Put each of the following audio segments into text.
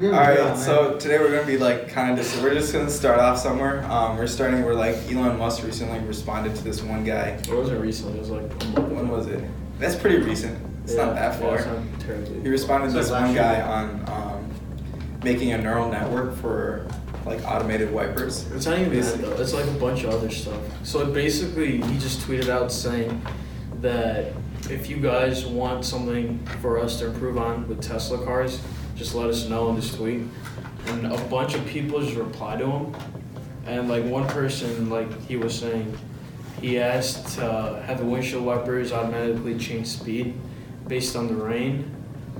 All Yeah, right, man. so today we're gonna be like kind of just we're just gonna start off somewhere. Um, we're starting where like Elon Musk recently responded to this one guy. It wasn't recently. It was like a month When ago. was it? That's pretty recent. It's Yeah, not that yeah, far. it's not terribly. He responded to It's this like one last year. guy on um, making a neural network for like automated wipers. It's not even that Basically. though. It's like a bunch of other stuff. So like, basically, he just tweeted out saying that if you guys want something for us to improve on with Tesla cars, just let us know in this tweet. And a bunch of people just replied to him. And like one person, like he was saying, he asked to have the windshield wipers automatically change speed based on the rain.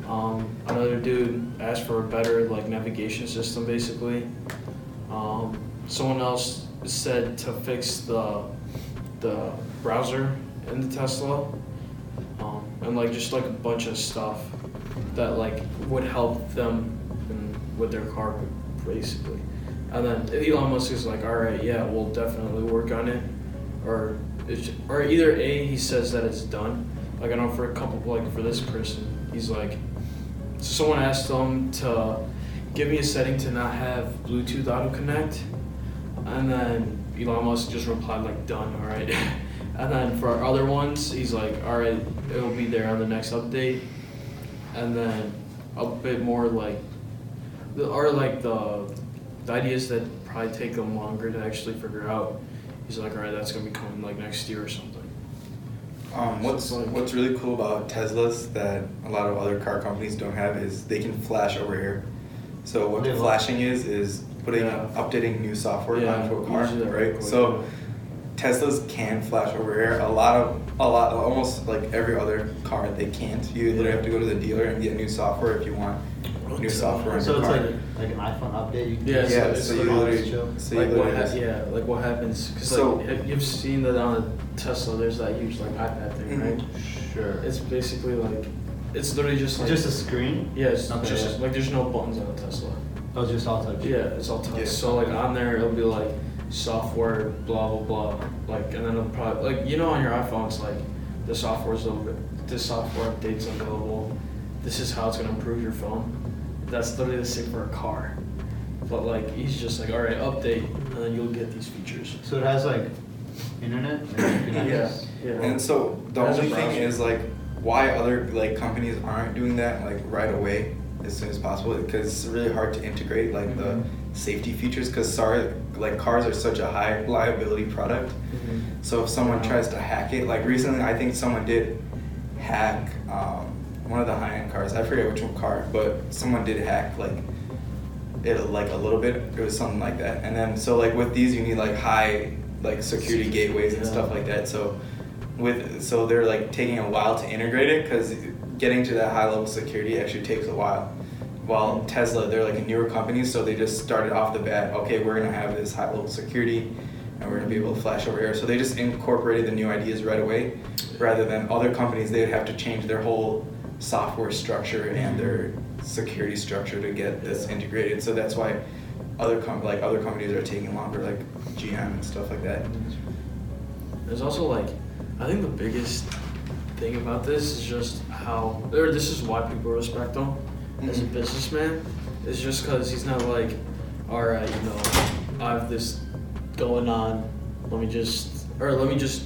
Um, another dude asked for a better like navigation system, basically. Um, someone else said to fix the the browser in the Tesla, um, and like just like a bunch of stuff that like would help them in, with their car, basically. And then Elon Musk is like, all right, yeah, we'll definitely work on it, or it's, or either a he says that it's done. Like I know for a couple like for this person, he's like, someone asked them to give me a setting to not have Bluetooth auto connect, and then Elon Musk just replied like, "Done, all right." and then for our other ones, he's like, "All right, it'll be there on the next update," and then a bit more like, the, or like the, the ideas that probably take them longer to actually figure out. He's like, "All right, that's gonna be coming like next year or something." Um, what's So it's like- what's really cool about Teslas that a lot of other car companies don't have is they can flash over air. So what Yeah. flashing is is putting Yeah. updating new software Yeah, onto a you car, do that right? quick, So Teslas can flash over air. A lot of a lot almost like every other car they can't. You literally Yeah. have to go to the dealer and get new software if you want new What? software. in So your it's car. like like an iPhone update. You can Yeah, just- yeah, it's so like you all literally, this chill. so you Like what literally hap- just- yeah, like what happens? Because So- like have- you've seen that on a Tesla, there's that huge like iPad thing, Mhm. right? Sure. It's basically like, it's literally just like just a screen. yeah, it's Okay. just like there's no buttons on a Tesla. Oh, just all touch. Yeah, it's all touch. Yeah. So like on there, it'll be like software, blah blah blah, like and then it'll probably like you know on your iPhone, it's like the software's available, this software updates available. This is how it's gonna improve your phone. That's literally the sick for a car. But like he's just like, all right, update, and then you'll get these features. So it has like internet. and you can Yeah, access- yeah. And so the As a only thing browser. is like why other like companies aren't doing that like right away as soon as possible because it's really hard to integrate like Mhm. the safety features because sorry like cars are such a high liability product. Mhm. So if someone Yeah. tries to hack it, like recently I think someone did hack um, one of the high end cars. I forget which one car, but someone did hack like it like a little bit. It was something like that. And then so like with these you need like high like security gateways and Yeah. stuff like that. So with so they're like taking a while to integrate it because getting to that high level security actually takes a while. While Tesla, they're like a newer company, so they just started off the bat. Okay, we're gonna have this high level security, and we're gonna be able to flash over air. So they just incorporated the new ideas right away, rather than other companies. They would have to change their whole software structure and their security structure to get this Yeah. integrated. So that's why other com- like other companies are taking longer, like GM and stuff like that. There's also like, I think the biggest thing about this is just how, or this is why people respect him as a Mhm. businessman, is just because he's not like, all right, you know, I have this going on, let me just, or let me just,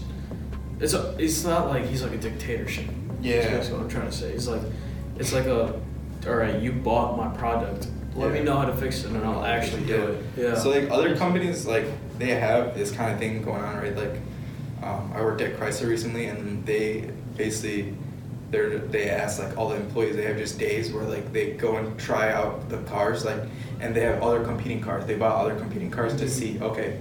it's a, it's not like he's like a dictatorship. Yeah. That's what I'm trying to say. It's like, it's like a, all right, you bought my product, let me Yeah. know how to fix it, and I'll actually do it. Yeah. So like other companies, like they have this kind of thing going on, right? Like, um, I worked at Chrysler recently, and they basically they're they ask like all the employees they have just days where like they go and try out the cars, like, and they have other competing cars. They bought other competing cars to Mhm. see okay.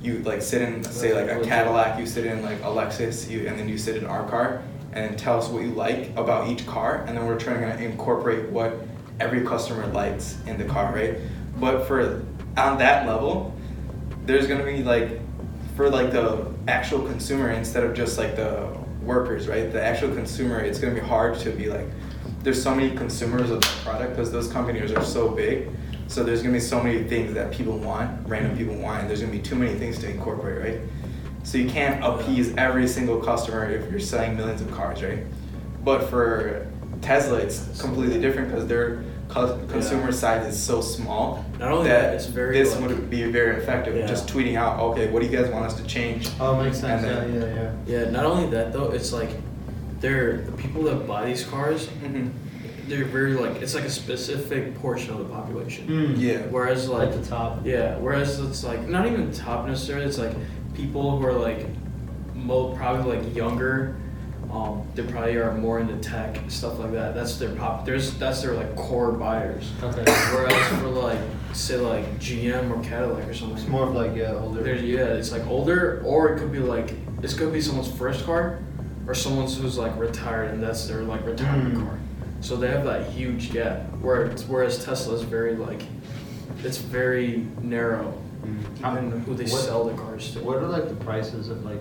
You like sit in say That's like a legit. Cadillac, you sit in like a Lexus, you and then you sit in our car, and tell us what you like about each car, and then we're trying to incorporate what every customer likes in the car, right? But for on that level, there's gonna be like for like the actual consumer instead of just like the workers, right? The actual consumer, it's gonna be hard to be like there's so many consumers of the product because those companies are so big. So there's gonna be so many things that people want, random people want, and there's gonna be too many things to incorporate, right? So you can't appease every single customer if you're selling millions of cars, right? But for Tesla, it's completely different because they're co- consumer side is so small Not only that, it's very, this like- would be very effective. Yeah. Just tweeting out, okay, what do you guys want us to change? Oh, makes sense. And Yeah, then- yeah, yeah. Yeah, not only that though, it's like they're the people that buy these cars, Mhm. they're very like it's like a specific portion of the population. Mm. Yeah. Whereas like At the top. Yeah, whereas it's like not even top necessarily, it's like people who are like mo probably like younger, um, they probably are more into tech, stuff like that. That's their pop there's that's their like core buyers. Okay. Whereas for like say like GM or Cadillac or something. It's more of like yeah, older. There's, yeah, it's like older, or it could be like it's could be someone's first car, or someone's who's like retired and that's their like retirement Mm. car. So they have that huge gap. Where whereas Tesla is very like, it's very narrow Mm. in who they What- sell the cars to. What are like the prices of like?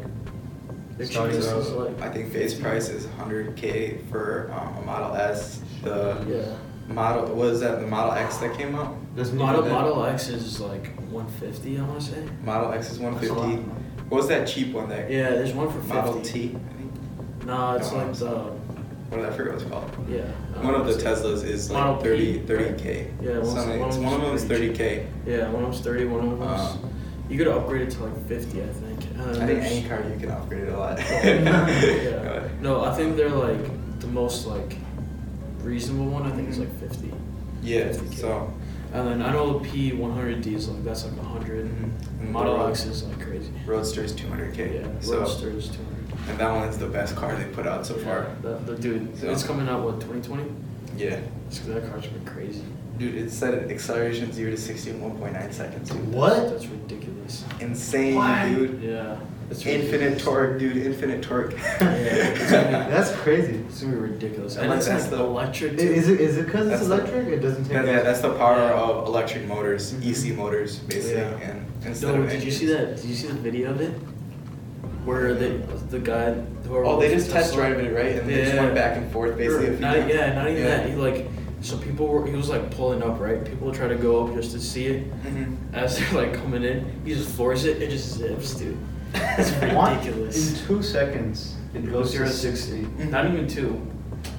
Their starting cheapest those? is like I think face price is 100k for um, a Model S. The yeah. model was that the Model X that came out. This Model that- Model X is like 150, I want to say. Model X is That's a lot. 150. What was that cheap one there? Yeah, there's one for 50. Model T. I think. Nah, it's No, like the What did I forget what it's called? yeah. I One of don't the know. Teslas is Model like P, 30, right? 30k. Yeah, one's- Something. one It's of one of them them's is 30k. Yeah, one of them's 30, one of them's. Uh, you could upgrade it to like 50, I think. And then I think there's- Oh, any car you can upgrade it a lot. yeah. No, I think they're like the most like reasonable one. I think it's like 50. Yeah, 50K. so And then I know the P100D is like that's like 100. Mhm. And the Model Road- X is like crazy. Roadster is 200k. Yeah, so Roadster is 200. and that one is the best car they put out so far. The, the dude, So- it's coming out what 2020? Yeah. It's, that car's been crazy. Dude, it said acceleration 0 to 60 in 1.9 seconds. Dude. What? That's ridiculous. Insane, Why? dude. Yeah. It's Infinite ridiculous. torque, dude. Infinite torque. it's gonna be- That's crazy. It's gonna be ridiculous. I And like it's that's like the- I- electric. too. Is it is it because it's That's the- electric? It doesn't take. Yeah, yeah, that's the power Yeah. of electric motors, EC motors, basically. Yeah. And instead No, of did you engines. see that? Did you see the video of it? Where they, the guy, whoever. Oh, they was just test Tesla- drove it, right? And they just went Yeah. back and forth, basically. a few Not, times. yeah, not even Yeah. that. He like, so people were. He was like pulling up, right? People try to go up just to see it. Mhm. As they're like coming in, he just floors it. It just zips, dude. It's What? ridiculous. In two seconds, it goes zero to sixty. Mhm. Not even two.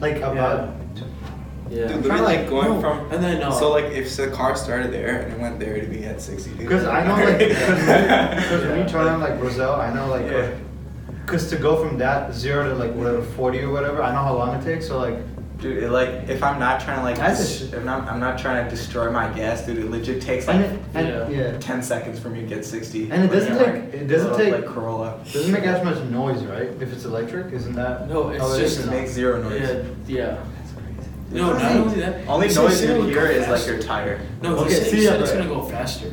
Like about. Yeah. Dude, I'm literally kinda like like, going no. from And then, uh, so like if the car started there and it went there, it'd be at sixty. dude. Because I know like because when Yeah. you turn on like Brazil, I know like Yeah. because to go from that zero to like whatever forty or whatever, I know how long it takes. So like dude, it, like if I'm not trying to like That's a dis- sh- if not, I'm not trying to destroy my gas, dude, it legit takes and like it, and Yeah. yeah. ten seconds for me to get sixty. And it doesn't Like, take- it doesn't little, take- like Corolla. doesn't make as much noise, right? If it's electric, isn't that? No, it's how it just is It now? makes zero noise. Yeah. Yeah. That's crazy. No, not Right. only that. Only he said noise it's you gonna hear go is like faster. your tire. No, he Okay, said, he see, uh, Mm-hmm. said yeah, it's but- gonna go faster.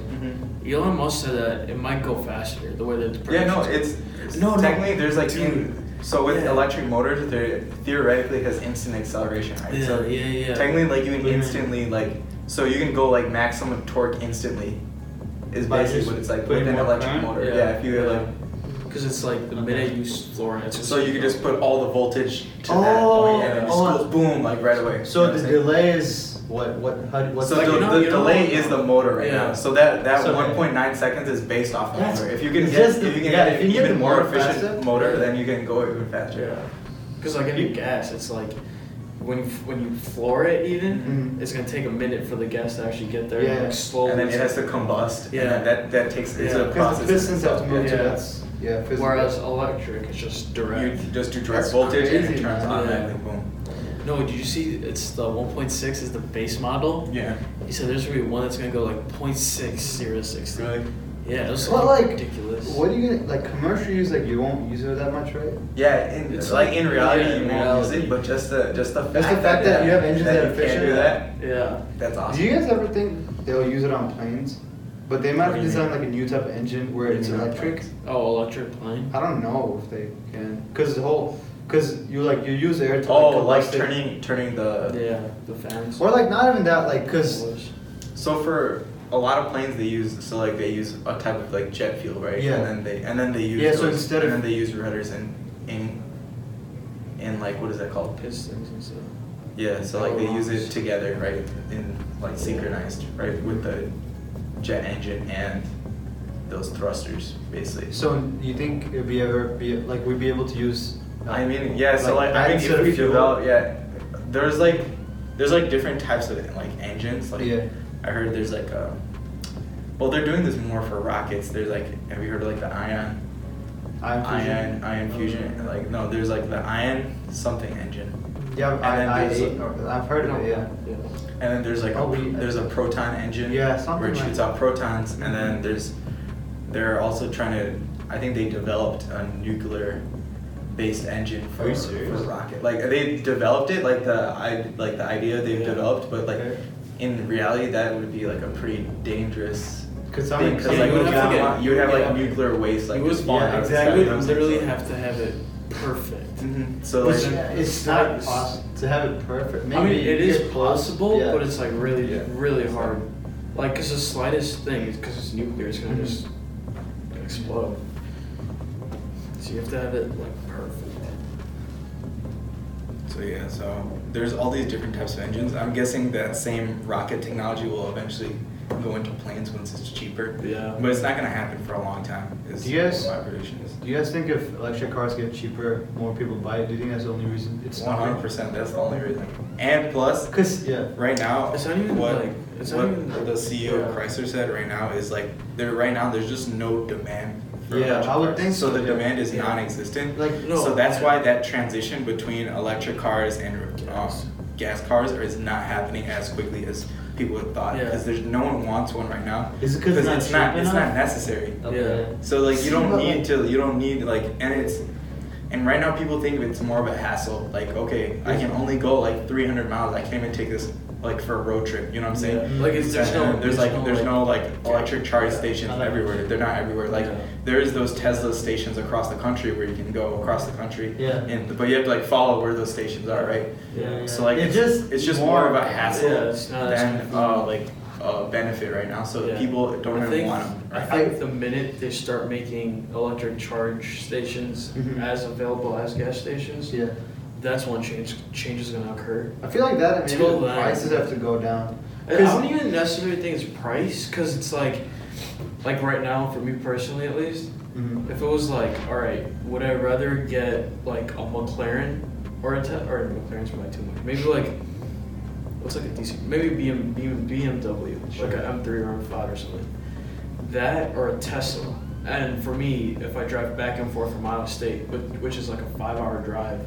Elon Musk said that it might go faster the way that the Yeah, no, predictions it's, are. no, no, technically there's like dude. in, so with Yeah. electric motors, there theoretically has instant acceleration, right? Yeah, so yeah, yeah. Technically, like you What do can you mean? instantly like so you can go like maximum torque instantly, is By basically just what it's like with putting an more electric current? motor. Yeah, Yeah, if you yeah. like, Because it's like the minute you s- floor it, it's so you can can just put all the voltage to that, Oh, point, and it just oh. goes boom like right away. So You know the what I'm saying? delay is what? What? How, what's so like, the, you know- the you know- delay is the motor right Yeah. now. So that, that So the- 1.9 seconds is based off the That's- motor. If you can it's get just the- if you can yeah, get if an you get even the more motor efficient faster- motor, then you can go even faster. Yeah. Because like any gas, it's like when you f- when you floor it even, Mhm. it's gonna take a minute for the gas to actually get there. Yeah. Like slowly. Mm-hmm. And then it has to combust. Yeah. And then that that takes it's Yeah. a Because the process. pistons have to move Yeah. to that's yeah. Physical. Whereas electric, it's just You direct. just do direct That's voltage and it crazy, turns man. automatically. Boom. no, did you see? It's the 1.6 is the base model. Yeah. He said there's gonna be one that's gonna go like 0.606. Really? Yeah, it was But like like, ridiculous. what do you like commercial use? Like you won't use it that much, right? Yeah, in, It's it's like in reality yeah, you in won't use reality. it, but just the just the fact, Just the fact that you have engines that are you can't do efficient. that. Yeah. That's awesome. Do you guys ever think they'll use it on planes? But they might What do you design mean? like a new type of engine where What do it's you mean on electric. planes? Oh, electric plane. I don't know if they can, cause the whole, cause you like you use air to oh, like combust it. turning turning the Yeah, the fans. Or like not even that, like cause So for a lot of planes, they use so like they use a type of like jet fuel, right? Yeah. And then they and then they use Yeah, so those- instead and of- then they use rudders and in in like what is that called? pistons and stuff. Yeah. So like they use it together, right? In like synchronized, right, with the jet engine and those thrusters, basically. so you think it'd be ever be like we'd be able to use. uh, I mean, yeah. So like, I mean, instead if of we fuel? develop, yeah, there's like There's like different types of like engines. Like Yeah. I heard there's like a. Well, they're doing this more for rockets. There's like, have you heard of like the ion, Ion fusion. ion, ion fusion? Like no, there's like the ion something engine. Yeah, And I, then I there's eight. a- Or, I've heard of it. Yeah. And then there's like Oh, a, we- there's a proton engine Yeah, something where it like- shoots out protons, and then there's they're also trying to. I think they developed a nuclear based engine Are for, you for serious? rocket. Like they developed it, like the I like the idea they've Yeah. developed, but like Okay. in reality that would be like a pretty dangerous. Could thing, somebody? 'cause, Yeah, like you would you, have to have, get- you would have like yeah. nuclear waste like you would, just falling yeah, out of the exactly. sky, You you know would what I'm saying? literally So- have to have it perfect. Mhm. So Which like, It's, it's not possible to have it perfect. Maybe I mean, it is you're close, possible, yeah. but it's like really, Yeah. really hard. Like, cause the slightest thing, cause it's nuclear, it's gonna Mhm. just explode. So you have to have it like perfect. So yeah, so there's all these different types of engines. I'm guessing that same rocket technology will eventually go into planes once it's cheaper. Yeah. But it's not gonna happen for a long time. Is Do you guys- what my prediction is. Do you guys think if electric cars get cheaper, more people buy it? Do you think that's the only reason it's One not? hundred percent. That's the only reason. And plus, Because yeah, right now, It's not even, what like- it's not what even, like- the CEO of yeah. Chrysler said right now is like there. Right now, there's just no demand. For Yeah, electric I would cars. think so. so, The yeah. demand is Yeah. non-existent. Like, no, so that's I- why that transition between electric cars and Gas. gas, um, gas cars is not happening as quickly as people would thought Yeah. because there's no one wants one right now. Is it 'cause it's not it's not cheap it's enough? not necessary. Okay. So like you don't But, need like- to you don't need like and it's and right now people think it's more of a hassle. Like okay, I can only go like 300 miles. I can't even take this like for a road trip. You know what I'm saying? Yeah. Like, it's- there's And no- then there's there's like no, there's like- no like electric charge Yeah. stations Not like- everywhere. They're not everywhere. Like Yeah. there is those Tesla stations across the country where you can go across the country. Yeah. And but you have to like follow where those stations are, right? Yeah, yeah. So like It's it's, just it's just more of more- a hassle Yeah, it's not as than uh, convenient. like a benefit right now. So Yeah. people don't I even think- want them. I think the minute they start making electric charge stations Mhm. as available as gas stations, yeah. that's when change change is gonna occur. I feel like that. Maybe Till the then. prices have to go down. I don't 'Cause- even necessarily think it's price, cause it's like, like right now for me personally at least, Mhm. if it was like, all right, would I rather get like a McLaren or a te- or McLaren's probably too much. Maybe like, what's like a decent maybe BM, BM, BMW, Sure. like an M3 or M5 or something. That or a Tesla. And for me, if I drive back and forth from Iowa State, whi- which is like a five-hour drive,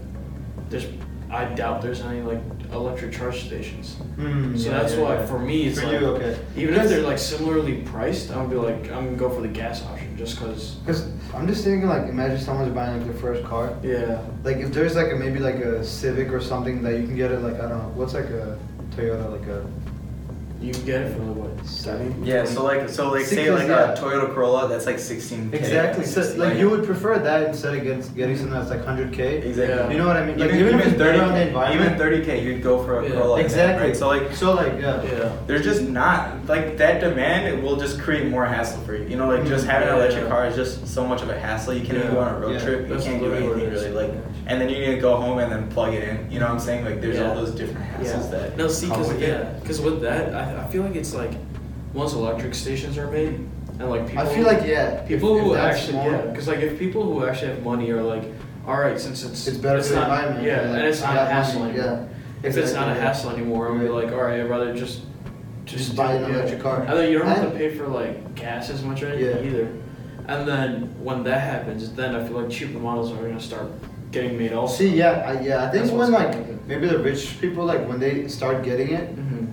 there's I doubt there's any like electric charge stations. Mm, So yeah, that's yeah, why yeah. for me it's For like you, okay. even if they're like similarly priced, I'm gonna be like I'm gonna go for the gas option just because. Because I'm just thinking like, imagine someone's buying like their first car. Yeah. Like if there's like a maybe like a Civic or something that you can get at like I don't know what's like a Toyota like a You can get it for like, what seven? Yeah, so like, so like, say Because, like yeah. a Toyota Corolla, that's like sixteen K. exactly so, like you would prefer that instead of getting getting something that's like hundred k. Exactly. Yeah. You know what I mean? Like even, if it's better on the environment. even thirty K, you'd go for a Yeah. Corolla. like that, exactly. right? So like, so like yeah. Yeah. there's just not like that demand. It will just create more hassle for you. You know, like just Mhm. having an Yeah. electric car is just so much of a hassle. You can't even Yeah. go on a road Yeah. trip. You That's can't do literally what anything it is. really. Like, and then you need to go home and then plug it in. You know what I'm saying? Like, there's Yeah. all those different hassles that. no, see, come because with it. yeah, because with that, I, I feel like it's like once electric stations are made, and like people. I feel like yeah. if- people if who that's actually more- yeah, because like if people who actually have money are like, all right, since it's It's better for the not, environment, Yeah, like, and it's I not a got money, hassle anymore. yeah. If it's not a Exactly, yeah. hassle anymore, I'm be Right. like, all right, I'd rather just just, Just buy do- an yeah. electric car. And then you don't have And- to pay for like gas as much or anything Yeah. either. And then when that happens, then I feel like cheaper models are gonna start getting made also. See yeah I, yeah I think That's when what's like happening. maybe the rich people like when they start getting it hmm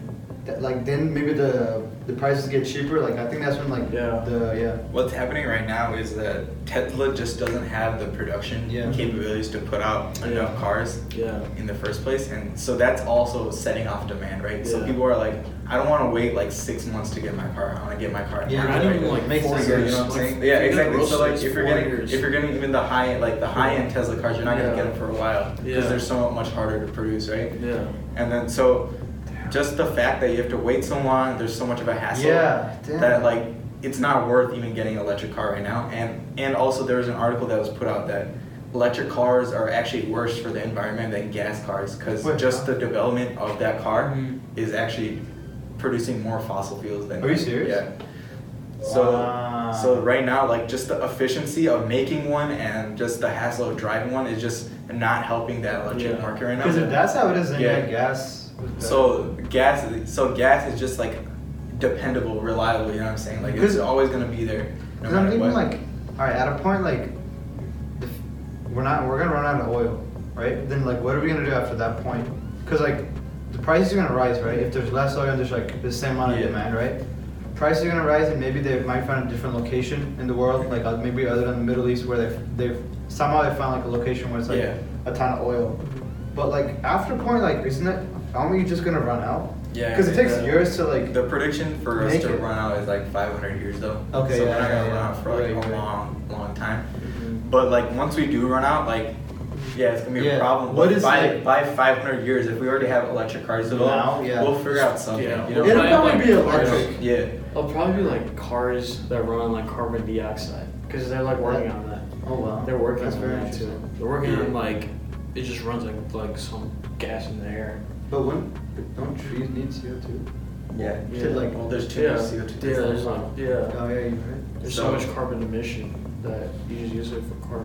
that, like then maybe the the prices get cheaper. Like I think that's when like Yeah. the yeah. What's happening right now is that Tesla just doesn't have the production Yeah. capabilities to put out Yeah. enough cars Yeah. in the first place and so that's also setting off demand right so Yeah. people are like i don't want to wait like six months to get my car i want to get my car Yeah, now. not even like Makes four sense. you know years. what i'm like, saying if yeah you get exactly road so like states, if you're four getting years. if you're getting even the high like the high end tesla cars you're not going to Yeah. get them for a while because Yeah. they're so much harder to produce right yeah. and then so just the fact that you have to wait so long there's so much of a hassle Yeah, damn. that like it's not worth even getting an electric car right now and and also there was an article that was put out that electric cars are actually worse for the environment than gas cars because Wait, just huh? the development of that car Mhm. is actually producing more fossil fuels than Mm-hmm. Are you serious? yeah so Wow. so right now like just the efficiency of making one and just the hassle of driving one is just not helping that electric Yeah. market right now Because if that's how it is, then Yeah. yeah. gas. was So better. gas, is- so gas is just like dependable, reliable. You know what I'm saying? Like it's Because- always gonna be there. No Because I'm matter thinking what. like, all right, at a point like, if we're not we're gonna run out of oil, right? Then like, what are we gonna do after that point? Because like, the prices are gonna rise, right? If there's less oil and there's like the same amount of Yeah. demand, right? Prices are gonna rise, and maybe they might find a different location in the world, like uh, maybe other than the Middle East, where they've they've somehow they found like a location where it's like Yeah. a ton of oil. But like after a point, like isn't it? Aren't we just gonna run out? Yeah, Because it takes yeah. years to like. the prediction for us Make to it. run out is like 500 years though. Okay, So yeah, we're not gonna yeah, run yeah. out for like Right, a right. long, long time. But like once we do run out, like yeah, it's gonna be a Yeah. problem. What But is, by like- by 500 years, if we already have electric cars at all, Now, yeah. we'll figure out something. Yeah. You know? It'll Right, probably like be cars. electric. Yeah. It'll probably be like cars that run on like carbon dioxide because they're like working on that. Oh wow. They're working That's on very that interesting. too. They're working Yeah. on like it just runs like like some gas in the air. But wouldn't don't trees need CO two? Yeah. Yeah. To like- Well, there's two yeah. CO2. Yeah, there's like yeah. Oh yeah, you're right. There's so, So- much carbon emission that you just use it for carbon.